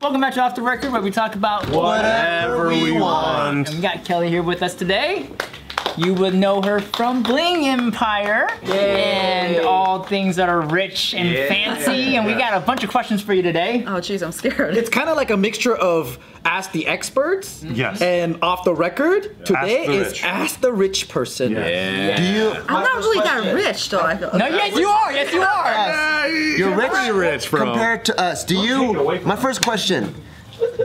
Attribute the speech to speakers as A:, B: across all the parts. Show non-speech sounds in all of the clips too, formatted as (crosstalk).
A: Welcome back to Off the Record, where we talk about
B: Whatever we
A: And we got Kelly here with us today. You would know her from Bling Empire and all things that are rich and
B: Yeah.
A: fancy. And we got a bunch of questions for you today.
C: Oh, jeez, I'm scared.
D: It's kind of like a mixture of ask the experts
B: Yes.
D: and off the record. Today
B: the
D: is
B: rich.
D: ask the rich person.
B: Yeah. Do
C: I'm not really that rich, though. I feel.
A: No, yes, you are. Yes, you are.
B: you?
E: You're rich
B: pretty rich, bro.
E: compared to us. Do you? My first question.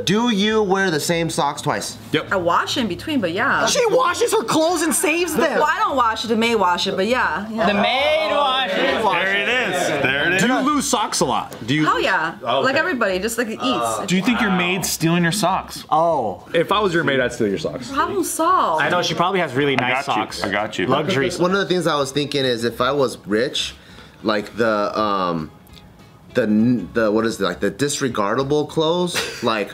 E: Do you wear the same socks twice?
C: I wash in between, but yeah.
D: She washes her clothes and saves them.
C: Well, I don't wash it. The maid wash it, but yeah. yeah.
A: The maid washes.
B: there it is. There it is.
F: Do you lose socks a lot? Do you?
C: Oh yeah, like everybody, just like it eats.
G: Do you think your maid's stealing your socks?
E: Oh.
F: If I was your maid, I'd steal your socks.
C: Problem solved.
H: I know she probably has really
B: I
H: nice
B: got
H: socks.
B: you. I got you.
H: Luxury.
E: One of the things I was thinking is if I was rich, like the um, the n- the what is it like the disregardable clothes, (laughs) like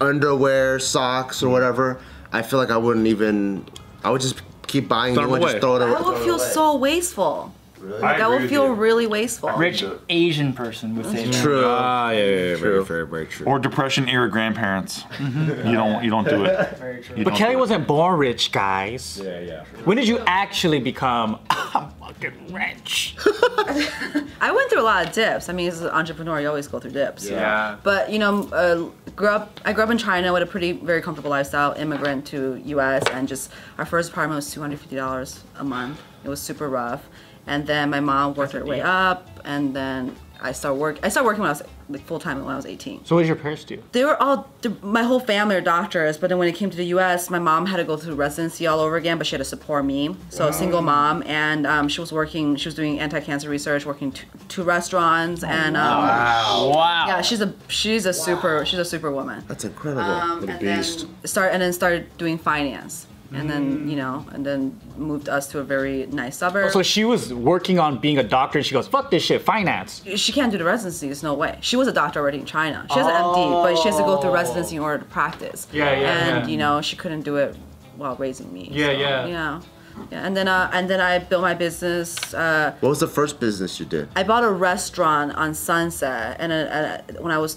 E: underwear, socks, or whatever. I feel like I wouldn't even. I would just keep buying
F: Throw
E: new and
F: away.
E: just throw it
C: that
E: away.
C: will feel so wasteful.
B: I
C: That
B: agree
C: will
B: with
C: feel
B: you.
C: really wasteful.
A: Rich Asian person would say that.
E: True.
F: Ah, yeah, yeah, yeah very fair, very true.
B: Or depression era grandparents. You don't. You don't
H: (laughs)
B: do it. You
H: Mm-hmm. But
B: don't
H: Kelly
B: do it.
H: wasn't born rich, guys.
F: yeah, yeah.
H: When did you actually become (laughs) a fucking rich?
C: I went through a lot of dips. I mean, as an entrepreneur, you always go through dips.
F: Yeah.
C: But you know, uh, grew up. I grew up in China with a pretty, very comfortable lifestyle. Immigrant to U.S. and just our first apartment was two hundred fifty dollars a month. It was super rough. And then my mom worked her way up, and then I started work. I started working when I was like full time when I was eighteen
H: So what did your parents do?
C: they were all th- my whole family are doctors but then when it came to the us my mom had to go through residency all over again but she had to support me so a single mom and um, she was working she was doing anti-cancer research working t- two restaurants and um,
A: Wow.
C: yeah she's a she's a super she's a super woman
E: That's incredible.
C: um, and then start and then started doing finance and then you know and then moved us to a very nice suburb
H: So she was working on being a doctor, and she goes, "Fuck this shit, finance."
C: she can't do the residency. There's no way. She was a doctor already in China. She has an MD, but she has to go through residency in order to practice.
H: Yeah, yeah,
C: And
H: yeah.
C: you know, she couldn't do it while raising me.
H: Yeah, yeah.
C: You know, yeah. And then, uh, and then I built my business. Uh,
E: what was the first business you did?
C: I bought a restaurant on Sunset, and uh uh when I was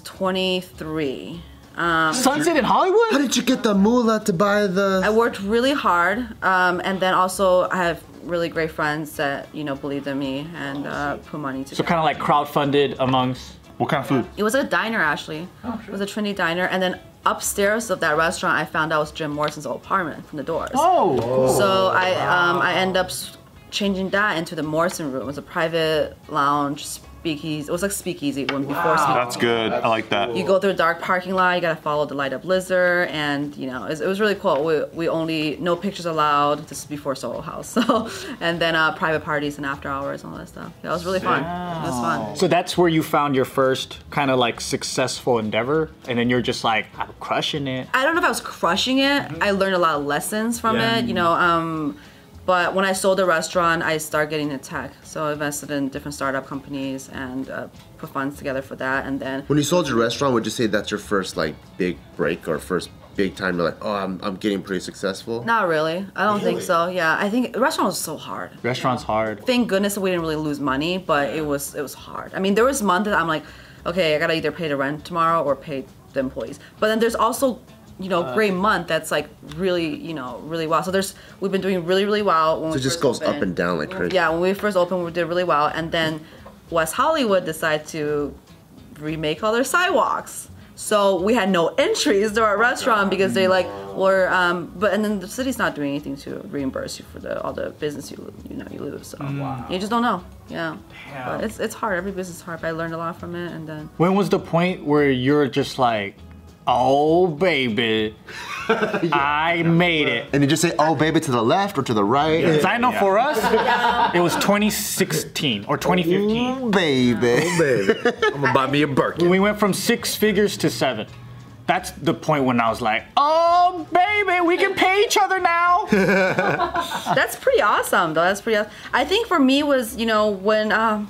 C: 23.
H: Sunset in Hollywood.
E: How did you get the moolah to buy the?
C: I worked really hard, um, and then also I have really great friends that you know believed in me and uh, put money together.
H: So kind of like crowdfunded amongst.
B: What kind of food?
C: It was a diner actually. It was a Trinity diner, and then upstairs of that restaurant, I found out was Jim Morrison's old apartment from the doors.
A: Oh.
C: So I um, I end up s- changing that into the Morrison room. It was a private lounge, speakeasy. It was like speakeasy when before speakeasy.
B: That's good. I like that.
C: You go through a dark parking lot. You gotta follow the light up lizard, and you know it was, it was really cool. We, we only no pictures allowed. This is before Soho House, (laughs) so and then uh, private parties and after hours and all that stuff. Yeah, it was really fun. It was fun.
H: So that's where you found your first kind of like successful endeavor, and then you're just like, "I'm crushing it."
C: I don't know if I was crushing it. I learned a lot of lessons from
F: Yeah.
C: it, you know. Um, but when I sold the restaurant, I started getting into tech. So I invested in different startup companies and uh, put funds together for that. And then
E: When you sold your restaurant, would you say that's your first like big break or first big time? You're like, oh, I'm, I'm getting pretty successful.
C: not really. I don't think so. Yeah, I think restaurant was so hard.
H: Restaurant's hard.
C: Thank goodness we didn't really lose money, but it was it was hard. I mean, there was months that I'm like, okay, I gotta either pay the rent tomorrow or pay the employees. But then there's also you know, great month that's like really, you know, really wow. So there's we've been doing really, really well. When
E: So
C: we
E: it just
C: first
E: goes up
C: opened.
E: and down like crazy.
C: Yeah, when we first opened, we did really well, and then West Hollywood decided to remake all their sidewalks. So we had no entries to our
E: Oh,
C: restaurant because they like were, um, but and then the city's not doing anything to reimburse you for the all the business you you know you lose. So you just don't know. Yeah, But it's it's hard. Every business is hard. But I learned a lot from it, and then
H: When was the point where you're just like, "Oh
F: (laughs)
H: baby, I made it."
E: And you just say, oh, baby, to the left or to the right.
H: Because I know for us, it was 2016 or 2015.
E: Ooh, "Oh, baby.
F: (laughs) I'm gonna buy me a Birkin.
H: We went from six figures to seven. That's the point when I was like, oh, baby, we can pay each other now.
C: that's pretty awesome though that's pretty awesome. i think for me was you know when um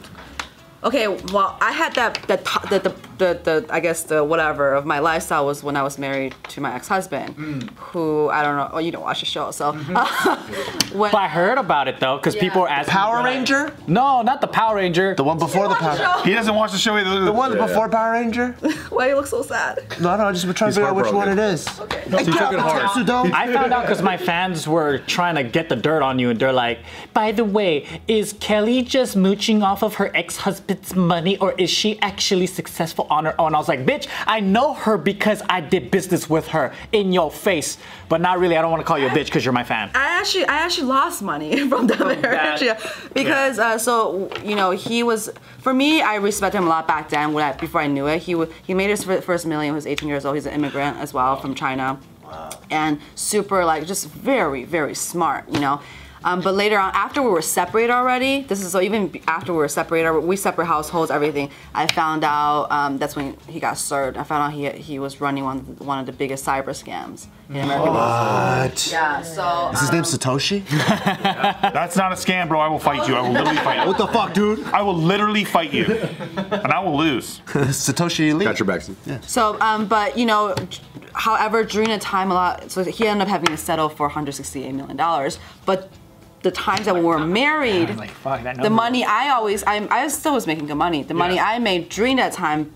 C: okay well i had that that the, the, the the, the I guess the whatever of my lifestyle was when I was married to my ex-husband, who I don't know. Oh, you don't watch the show, so. (laughs) when,
H: But I heard about it though, because
C: Yeah.
H: people are asking.
E: Power
H: me, like-
E: Ranger?
H: No, not the Power Ranger.
E: The one before the
C: watch the
E: Power.
B: He doesn't watch the show either.
E: The one before Power Ranger?
C: Why you look so sad?
E: No, no, I just been trying to figure out which one it is. Okay. Hey, get out the Tetsudo.
H: I found out because my fans were trying to get the dirt on you, and they're like, "By the way, is Kelly just mooching off of her ex-husband's money, or is she actually successful on her own?" I was like, "Bitch, I know her because I did business with her in your face, but not really. I don't want to call you a bitch because you're my fan."
C: I actually I actually lost money (laughs) from Oh, that marriage
H: that.
C: yeah. because uh, so you know he was for me I respected him a lot back then when I, before I knew it he wa- he made his fir- first million he was 18 years old he's an immigrant as well from China and super like just very very smart you know um, but later on after we were separated already this is so even b- after we were separated we separate households everything I found out um, that's when he got served I found out he he was running one of the, one of the biggest cyber scams in America
E: What?
C: yeah so
E: Is his name Satoshi?
B: That's not a scam, bro. I will fight you. I will literally fight you.
E: What the fuck, dude?
B: I will literally fight
H: (laughs)
B: you, and I will lose.
E: (laughs) Satoshi Lee.
F: Got your backs. Yeah.
C: So, um, but you know, however, during a time a lot, so he ended up having to settle for 168 million dollars. But the times that we were married,
A: Like, fuck, that
C: the
A: number.
C: money I always, I, I still was making good money. The money I made during that time,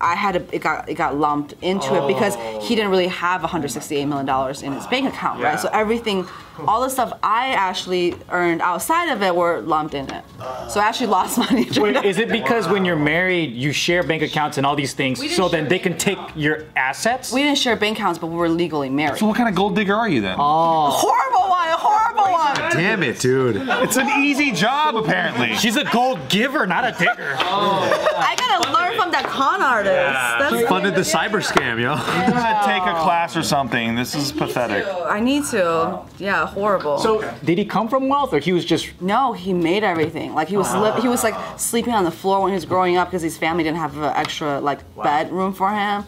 C: I had a, it got it got lumped into it because he didn't really have 168 million dollars in his bank account, right? So everything, all the stuff I actually earned outside of it were lumped in it. So I actually lost (laughs) money. during
H: Wait,
C: that.
H: is it because when you're married, you share bank accounts and all these things,
C: We didn't
H: so then
C: share
H: they can
C: bank
H: take your assets?
C: we didn't share bank accounts, but we were legally married.
B: So what kind of gold digger are you then?
H: Oh.
C: horrible one, horrible one.
F: Damn it, dude.
B: It's an easy job, apparently.
H: She's a gold giver, not a digger.
C: I gotta learn from that con artist. That's
F: Funded the cyber scam, yo.
B: I'm gonna take a class or something. This is pathetic.
C: I need to. Yeah, horrible. So
H: So did he come from wealth, or he was just
C: no, he made everything. Like he was li- he was like sleeping on the floor when he was growing up because his family didn't have an extra like bedroom for him.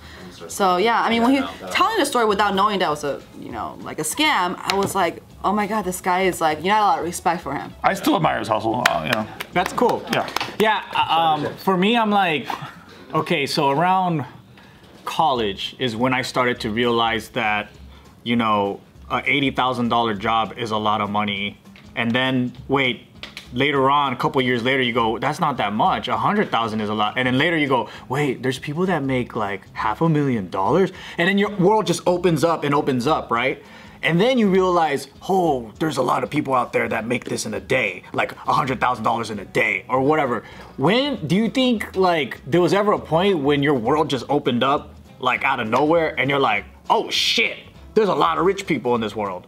C: So yeah, I mean when he telling the story without knowing that was a you know like a scam, I was like, oh my god, this guy is like you not a lot of respect for him.
B: I still admire his hustle. Uh, you know.
H: That's cool.
B: Yeah.
H: Yeah. uh, Um, for me, I'm like, okay, so around college is when I started to realize that, you know, a $80,000 job is a lot of money. And then, wait, later on, a couple years later, you go, that's not that much. A 100,000 is a lot. And then later you go, wait, there's people that make like half a million dollars. And then your world just opens up and opens up, right? And then you realize, oh, there's a lot of people out there that make this in a day, like $100,000 in a day or whatever. When do you think, like, there was ever a point when your world just opened up, like, out of nowhere, and you're like, oh shit, there's a lot of rich people in this world?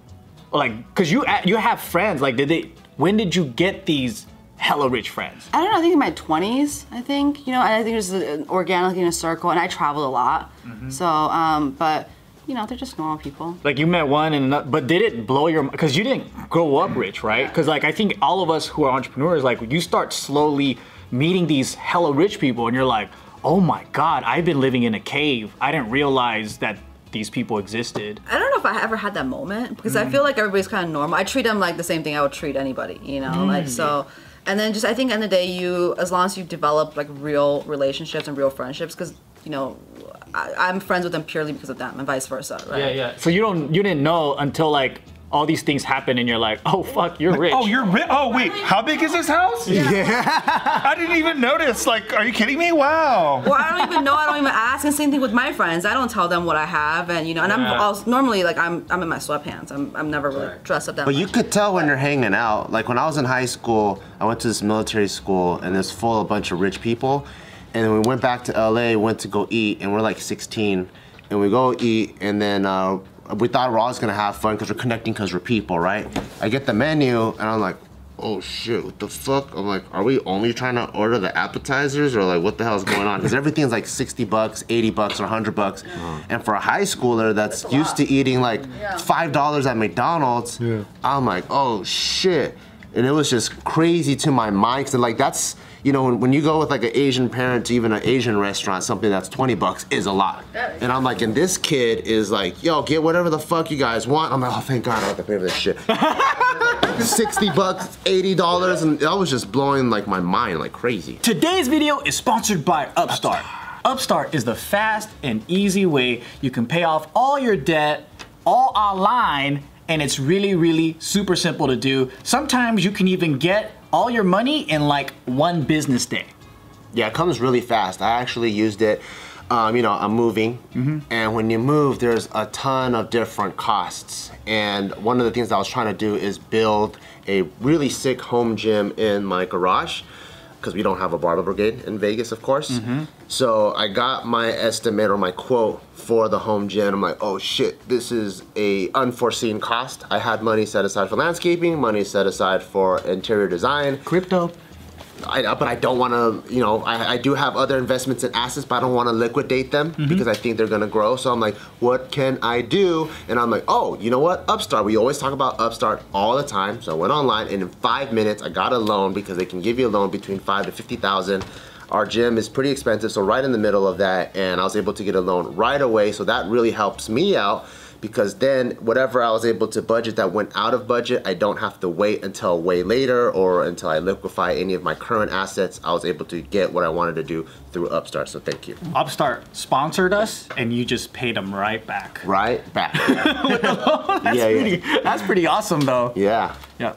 H: Like, cause you you have friends. Like, did they? When did you get these hella rich friends?
C: I don't know. I think in my twenties, I think you know, and I think there's an organic in a circle, and I traveled a lot. So, um, but you know, they're just normal people.
H: Like, you met one and another, but did it blow your? Cause you didn't grow up rich, right? Cause like I think all of us who are entrepreneurs, like you start slowly meeting these hella rich people, and you're like, oh my god, I've been living in a cave. I didn't realize that these people existed.
C: I don't know if I ever had that moment because I feel like everybody's kind of normal. I treat them like the same thing I would treat anybody, you know, like so. And then just I think end of the day, you as long as you develop like real relationships and real friendships, because you know, I, I'm friends with them purely because of them, and vice versa, right?
H: yeah. So you don't you didn't know until like all these things happen, and you're like, oh fuck, you're rich.
B: Oh, you're rich. Oh, wait. How big is this house? Yeah. (laughs) I didn't even notice. Like, are you kidding me? Wow.
C: Well, I don't even know. I don't even ask. And same thing with my friends. I don't tell them what I have, and you know, and I'm also, normally like I'm I'm in my sweatpants. I'm I'm never really dressed up that
E: But you
C: much.
E: could tell when they're hanging out. Like when I was in high school, I went to this military school and it's full of a bunch of rich people. And then we went back to LA, went to go eat, and we're like 16. And we go eat, and then uh, we thought we're always gonna have fun because we're connecting because we're people, right? I get the menu, and I'm like, oh shit, what the fuck? I'm like, are we only trying to order the appetizers or like what the hell is going on? Because everything's like 60 bucks, 80 bucks, or 100 bucks. And for a high schooler that's, used to eating like $5 at McDonald's, I'm like, oh shit. And it was just crazy to my mind. 'cause, like that's, you know, when, when you go with like an Asian parent to even an Asian restaurant, something that's 20 bucks is a lot. And I'm like, and this kid is like, yo, get whatever the fuck you guys want. I'm like, oh, thank God I don't have to pay for this shit. 60 bucks, 80 dollars, and that was just blowing like my mind like crazy.
D: Today's video is sponsored by Upstart.
H: Upstart is the fast and easy way you can pay off all your debt all online, and it's really, really super simple to do. Sometimes you can even get all your money in like one business day.
E: Yeah, it comes really fast. I actually used it. Um, you know, I'm moving, and when you move, there's a ton of different costs. And one of the things I was trying to do is build a really sick home gym in my garage because we don't have a barbell brigade in Vegas, of course. So I got my estimate or my quote for the home gym. I'm like, oh shit, this is a unforeseen cost. I had money set aside for landscaping, money set aside for interior design.
H: Crypto.
E: I, but I don't want to, you know, I, I do have other investments and assets, but I don't want to liquidate them because I think they're going to grow. So I'm like, what can I do? And I'm like, oh, you know what? Upstart. We always talk about Upstart all the time. So I went online and in five minutes, I got a loan because they can give you a loan between five to 50,000. Our gym is pretty expensive. So right in the middle of that, and I was able to get a loan right away. So that really helps me out because then whatever I was able to budget that went out of budget, I don't have to wait until way later or until I liquefy any of my current assets. I was able to get what I wanted to do through Upstart. So thank you.
H: Upstart sponsored us, and you just paid them right back.
E: Right back. yeah,
H: Pretty-
E: yeah,
H: (laughs) That's pretty awesome, though.
E: (laughs) yeah.
H: Yeah.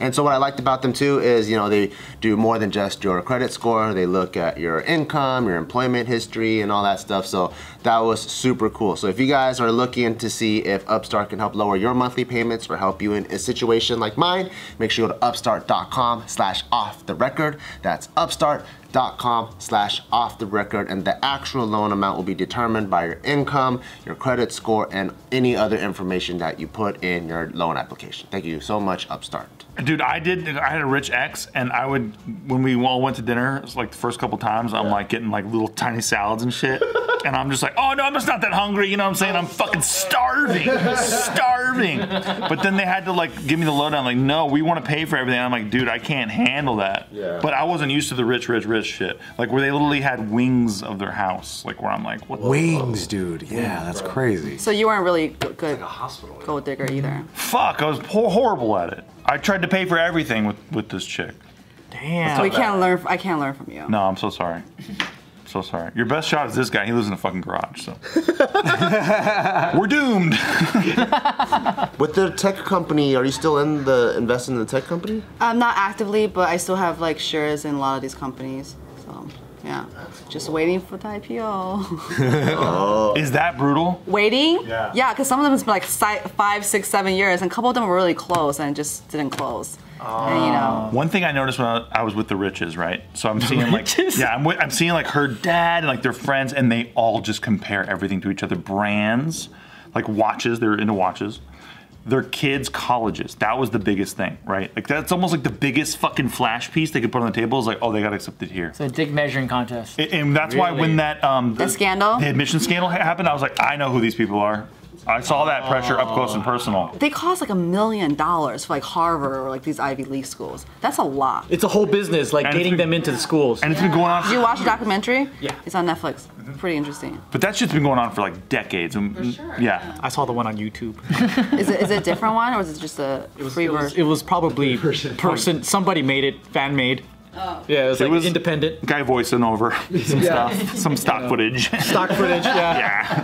E: And so what I liked about them too is, you know, they do more than just your credit score. They look at your income, your employment history, and all that stuff. So that was super cool. So if you guys are looking to see if Upstart can help lower your monthly payments or help you in a situation like mine, make sure you go to upstart.com slash off the record. That's upstart.com slash off the record. And the actual loan amount will be determined by your income, your credit score, and any other information that you put in your loan application. Thank you so much, Upstart.
B: Dude, I did. I had a rich ex, and I would when we all went to dinner. It's like the first couple times, I'm like getting like little tiny salads and shit, and I'm just like, oh no, I'm just not that hungry. You know what I'm saying? I'm fucking starving, starving. But then they had to like give me the lowdown. Like, no, we want to pay for everything. I'm like, dude, I can't handle that.
E: Yeah.
B: But I wasn't used to the rich, rich, rich shit. Like where they literally had wings of their house. Like where I'm like, what? the-
F: Wings, dude. Yeah, that's crazy.
C: So you weren't really good, good gold digger either.
B: Fuck, I was poor, horrible at it. I tried to pay for everything with with this chick.
C: So we can't learn. I can't learn from you.
B: No, I'm so sorry. So sorry. Your best shot is this guy. He lives in a fucking garage, so (laughs) we're doomed.
E: With the tech company, are you still in the investing in the tech company?
C: I'm not actively, but I still have like shares in a lot of these companies. So yeah, just waiting for the IPO.
B: Is that brutal?
C: (laughs) waiting? Yeah. Yeah, because some of them has been like si- five, six, seven years, and a couple of them were really close and just didn't close. And you know,
B: One thing I noticed when I I was with the riches, right? So I'm seeing like,
H: Riches?
B: yeah, I'm, with, I'm seeing like her dad and like their friends, and they all just compare everything to each other. Brands, like watches, they're into watches. Their kids' colleges. That was the biggest thing, right? Like that's almost like the biggest fucking flash piece they could put on the table. Is like, oh, they got accepted here.
A: The dick measuring contest.
B: And- And that's why when that um the,
C: scandal?
B: the admission scandal ha- happened, I was like, I know who these people are. I saw that pressure up close and personal.
C: they cost like a million dollars for like Harvard or like these Ivy League schools. That's a lot.
D: It's a whole business, like
B: And it's
D: getting
B: been-
D: them into the schools.
B: And it's been going on,
C: Did you watch the documentary?
D: Yeah. Mm-hmm.
C: It's on Netflix. Pretty interesting.
B: but that shit's been going on for like decades. And, Yeah.
H: I saw the one on YouTube.
C: Is it is it a different one or is it just a free
D: It was,
C: version?
D: it was probably person. Somebody made it, fan made. Yeah, it was,
B: It
D: like
B: was-
D: independent
B: Guy voicing over some stuff, some stock footage.
D: (laughs)
B: (laughs)
D: stock footage. Yeah.
B: yeah.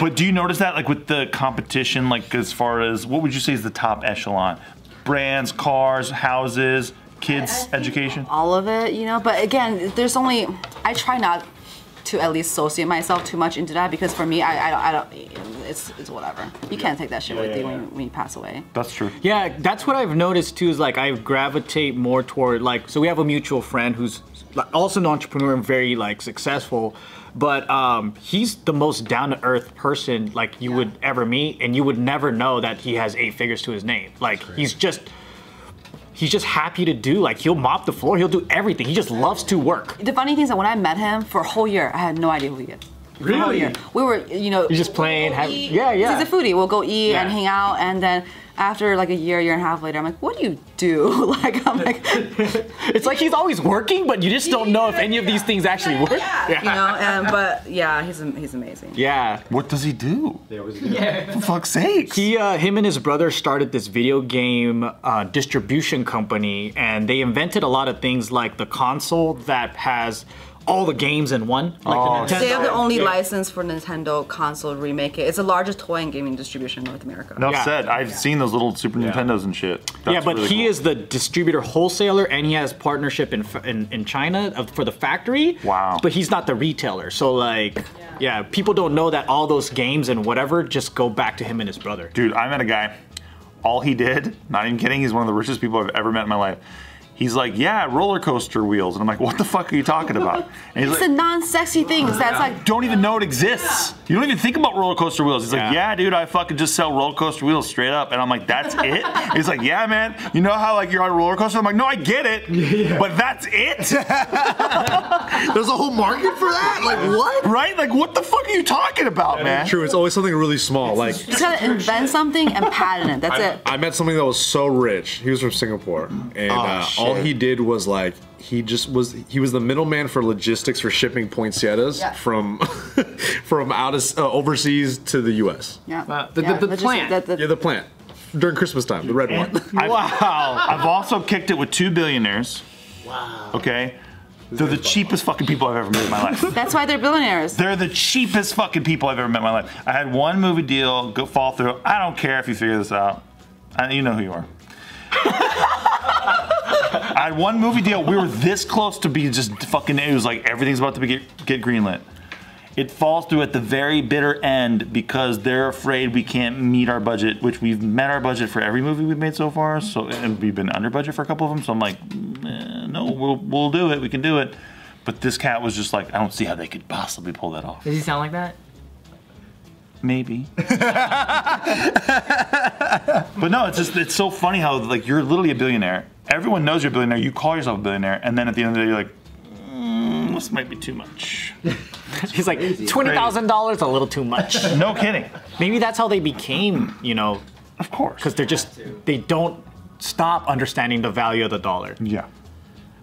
B: but do you notice that, like with the competition, like as far as what would you say is the top echelon? Brands, cars, houses, kids, education.
C: all of it, you know. But again, there's only I try not to at least associate myself too much into that because for me, I, I, don't- I don't. It's, it's whatever. You can't take that shit with you When, you when you pass away.
B: That's true.
H: Yeah, that's what I've noticed too. Is like I gravitate more toward like. So we have a mutual friend who's like, also an entrepreneur and very like successful, but um, he's the most down to earth person like you would ever meet, and you would never know that he has eight figures to his name. Like he's just. He's just happy to do. Like he'll mop the floor. He'll do everything. He just loves to work.
C: The funny thing is that when I met him for a whole year, I had no idea who he is. For a whole
H: Really?
C: year. Oh, We were, you know.
H: You're just playing,
C: we'll
H: have-
C: eat.
H: yeah, yeah.
C: He's a foodie. We'll go eat and
H: Yeah.
C: hang out, and then after like a year, year and a half later, I'm like, what do you do? (laughs) like I'm like.
H: It's like he's always working, but you just don't know if any of these things actually work.
C: Yeah. You know, and but yeah, he's am- he's amazing.
H: Yeah.
B: What does he do? Yeah, For fuck's sake.
H: He, uh, him and his brother started this video game uh, distribution company, and they invented a lot of things like the console that has all the games in one. Like the Nintendo.
C: They have the only license for Nintendo console remake. It's the largest toy and gaming distribution in North America.
B: Enough
H: Yeah.
B: said. I've seen those little Super Nintendos and shit. That's
H: yeah, but
B: really
H: he
B: cool.
H: is the distributor wholesaler, and he has partnership in f- in, in China of, for the factory.
B: Wow.
H: But he's not the retailer, so like, yeah. people don't know that all those games and whatever just go back to him and his brother.
B: Dude, I met a guy. All he did, not even kidding, he's one of the richest people I've ever met in my life. He's like, yeah, roller coaster wheels. And I'm like, what the fuck are you talking about? And he's
C: It's the
B: like,
C: non-sexy things. That's like
B: don't even know it exists. You don't even think about roller coaster wheels. He's like, yeah, dude, I fucking just sell roller coaster wheels straight up. And I'm like, that's
C: (laughs)
B: it? He's like, yeah, man. You know how like you're on a roller coaster? I'm like, no, I get it. But that's it?
E: There's a whole market for that? Like, what?
B: right? Like, what the fuck are you talking about, man?
F: True, it's always something really small. Like
C: you just gotta invent something and patent it. That's
F: I,
C: it.
F: I met somebody that was so rich. He was from Singapore,
E: Oh,
F: and uh, all he did was like he just was he was the middleman for logistics for shipping poinsettias
C: Yeah.
F: from (laughs) from out of s- uh, overseas to the U.S.
C: Yeah.
D: the-
C: Yeah,
D: the
C: but just
D: plant.
C: that- that-
F: Yeah, the plant during Christmas time, the red one.
B: I've, wow. I've also kicked it with two billionaires. Wow. Okay? They're the cheapest fucking people I've ever met in my life.
C: that's why they're billionaires.
B: They're the cheapest fucking people I've ever met in my life. I had one movie deal go fall through. I don't care if you figure this out. I, you know who you are. I had one movie deal. We were this close to be just fucking. It was like everything's about to be get, get greenlit. It falls through at the very bitter end because they're afraid we can't meet our budget, which we've met our budget for every movie we've made so far. So and we've been under budget for a couple of them. So I'm like, eh, no, we'll we'll do it. We can do it. But this cat was just like, I don't see how they could possibly pull that off.
A: Does he sound like that?
B: (laughs) Maybe. but no, it's just it's so funny how like you're literally a billionaire. Everyone knows you're a billionaire. You call yourself a billionaire, and then at the end of the day, you're like, "Mm, this might be too (laughs) much.
H: He's like twenty thousand dollars, a little too much.
B: No kidding.
H: Maybe that's how they became, you know,
B: Of course.
H: because they're just they don't stop understanding the value of the dollar.
B: yeah.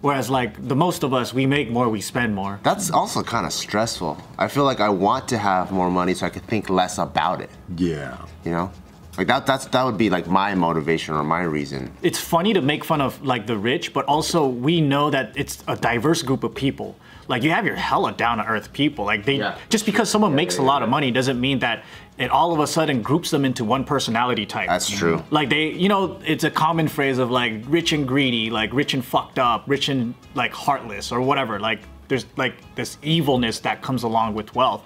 H: Whereas like the most of us, we make more, we spend more.
E: That's also kind of stressful. I feel like I want to have more money so I can think less about it.
F: Yeah.
E: You know, like that. That's that would be like my motivation or my reason.
H: it's funny to make fun of like the rich, but also we know that it's a diverse group of people. Like you have your hella down to earth people. Like they
E: Yeah.
H: just because someone makes a lot of money doesn't mean that it all of a sudden groups them into one personality type.
E: That's true.
H: like they, you know, it's a common phrase of like rich and greedy, like rich and fucked up, rich and like heartless or whatever. Like there's like this evilness that comes along with wealth.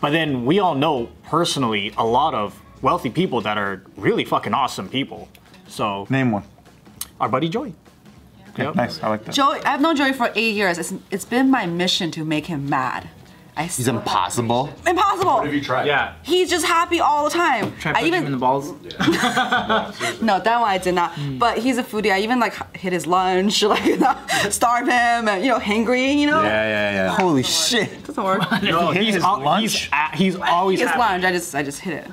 H: But then we all know personally a lot of wealthy people that are really fucking awesome people. So
B: Name one.
H: our buddy Joy.
B: Okay,
H: Yep.
B: Nice. I like that.
C: Joey, I've known Joey for eight years. It's, it's been my mission to make him mad. I
E: He's impossible.
C: impossible.
H: Yeah.
C: He's just happy all the time.
A: Try to punch him in the balls. Hmm.
C: No, that one I did not. But he's a foodie. I even like hit his lunch, (laughs) like you know, starve him, and you know, hangry, you know.
F: yeah, yeah.
E: Holy shit!
C: Doesn't work.
H: No,
B: hit
H: he's
B: his
H: al-
B: lunch?
H: He's, a- he's always
C: his
H: happy.
C: lunch. I just I just hit it.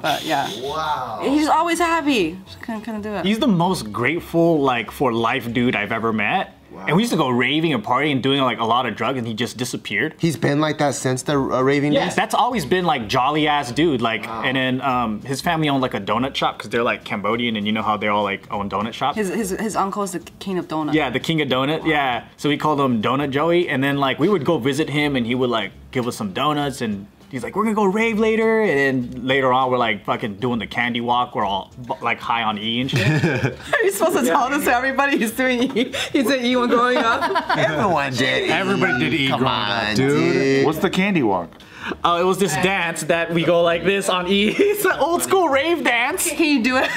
C: But yeah. Wow. He's always happy. Just couldn't, couldn't do it.
H: He's the most grateful like for life dude I've ever met. And we used to go raving and partying and doing like a lot of drugs, and he just disappeared.
E: He's been like that since the uh, raving days.
H: That's always been like jolly ass dude. Like, and then um, his family owned like a donut shop because they're like Cambodian, and you know how they all like own donut shops.
C: his, his his uncle's the king of donuts.
H: yeah, the king of donut. Yeah, so we called him Donut Joey, and then like we would go visit him, and he would like give us some donuts, and he's like, "We're gonna go rave later," and then later on, we're like fucking doing the candy walk. We're all like high on E (laughs) and shit.
C: You're supposed to tell this to everybody. He's doing. E. He's an E one growing up.
E: Everyone did.
D: Everybody did E
E: Come
D: growing
E: on,
F: dude.
E: dude.
B: What's the candy walk?
H: (laughs) Oh, it was this dance that we go like this on E. (laughs) It's an old school rave dance.
C: Can you do it?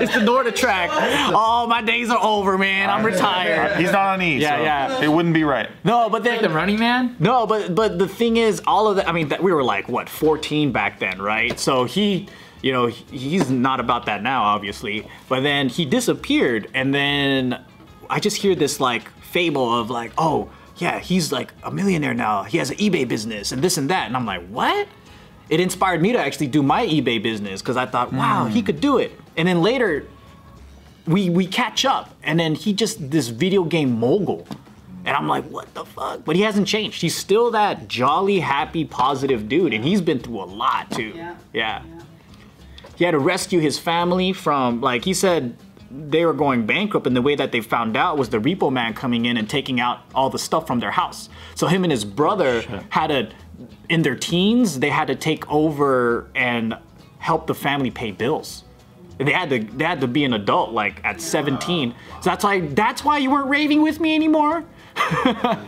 H: It's the Norda
C: (laughs)
H: track. Oh, my days are over, man. I'm retired.
B: He's not on E.
H: Yeah,
B: so
H: yeah.
B: It wouldn't be right.
H: No, but
A: The
H: then
A: running man?
H: no, but but the thing is, all of that. I mean, that we were like what 14 back then, right? So he, you know, he- he's not about that now, obviously. But then he disappeared, and then I just hear this like fable of like, oh yeah, he's like a millionaire now. He has an eBay business and this and that, and I'm like, what? it inspired me to actually do my eBay business because I thought, wow, he could do it. And then later, we we catch up, and then he just this video game mogul, and I'm like, what the fuck? But he hasn't changed. He's still that jolly, happy, positive dude, and he's been through a lot too. Yeah. He had to rescue his family from like he said they were going bankrupt, and the way that they found out was the repo man coming in and taking out all the stuff from their house. So him and his brother had a, in their teens, they had to take over and help the family pay bills. They had to they had to be an adult like at 17. So that's why that's why you weren't raving with me anymore.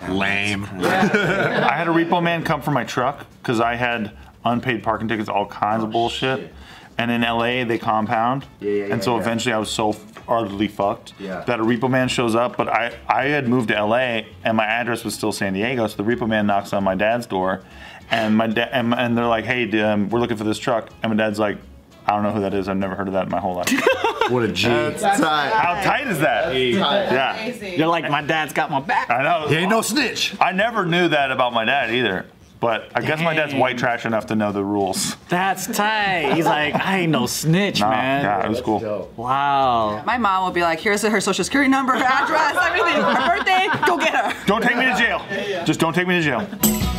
G: Lame.
B: I had a repo man come for my truck because I had unpaid parking tickets, all kinds of bullshit. And in LA, they compound.
E: yeah, yeah,
B: and so
E: yeah.
B: eventually I was so utterly fucked
E: Yeah.
B: that a repo man shows up. But I, I had moved to LA and my address was still San Diego. So the repo man knocks on my dad's door and my dad and, and they're like, hey, d- um, we're looking for this truck. And my dad's like, I don't know who that is. I've never heard of that in my whole life.
F: What a G.
E: Tight.
B: How tight is that? Yeah.
C: Amazing.
H: You're like my dad's got my back.
B: I know.
G: Ain't no snitch.
B: I never knew that about my dad either. But I guess my dad's white trash enough to know the rules.
H: That's tight. He's like, I ain't no snitch,
B: Nah,
H: man.
B: yeah, it was cool.
H: Wow.
C: (laughs) My mom will be like, here's her social security (laughs) number, her address, everything. Her birthday, go get her.
B: Don't take me to jail. Just don't take me to jail.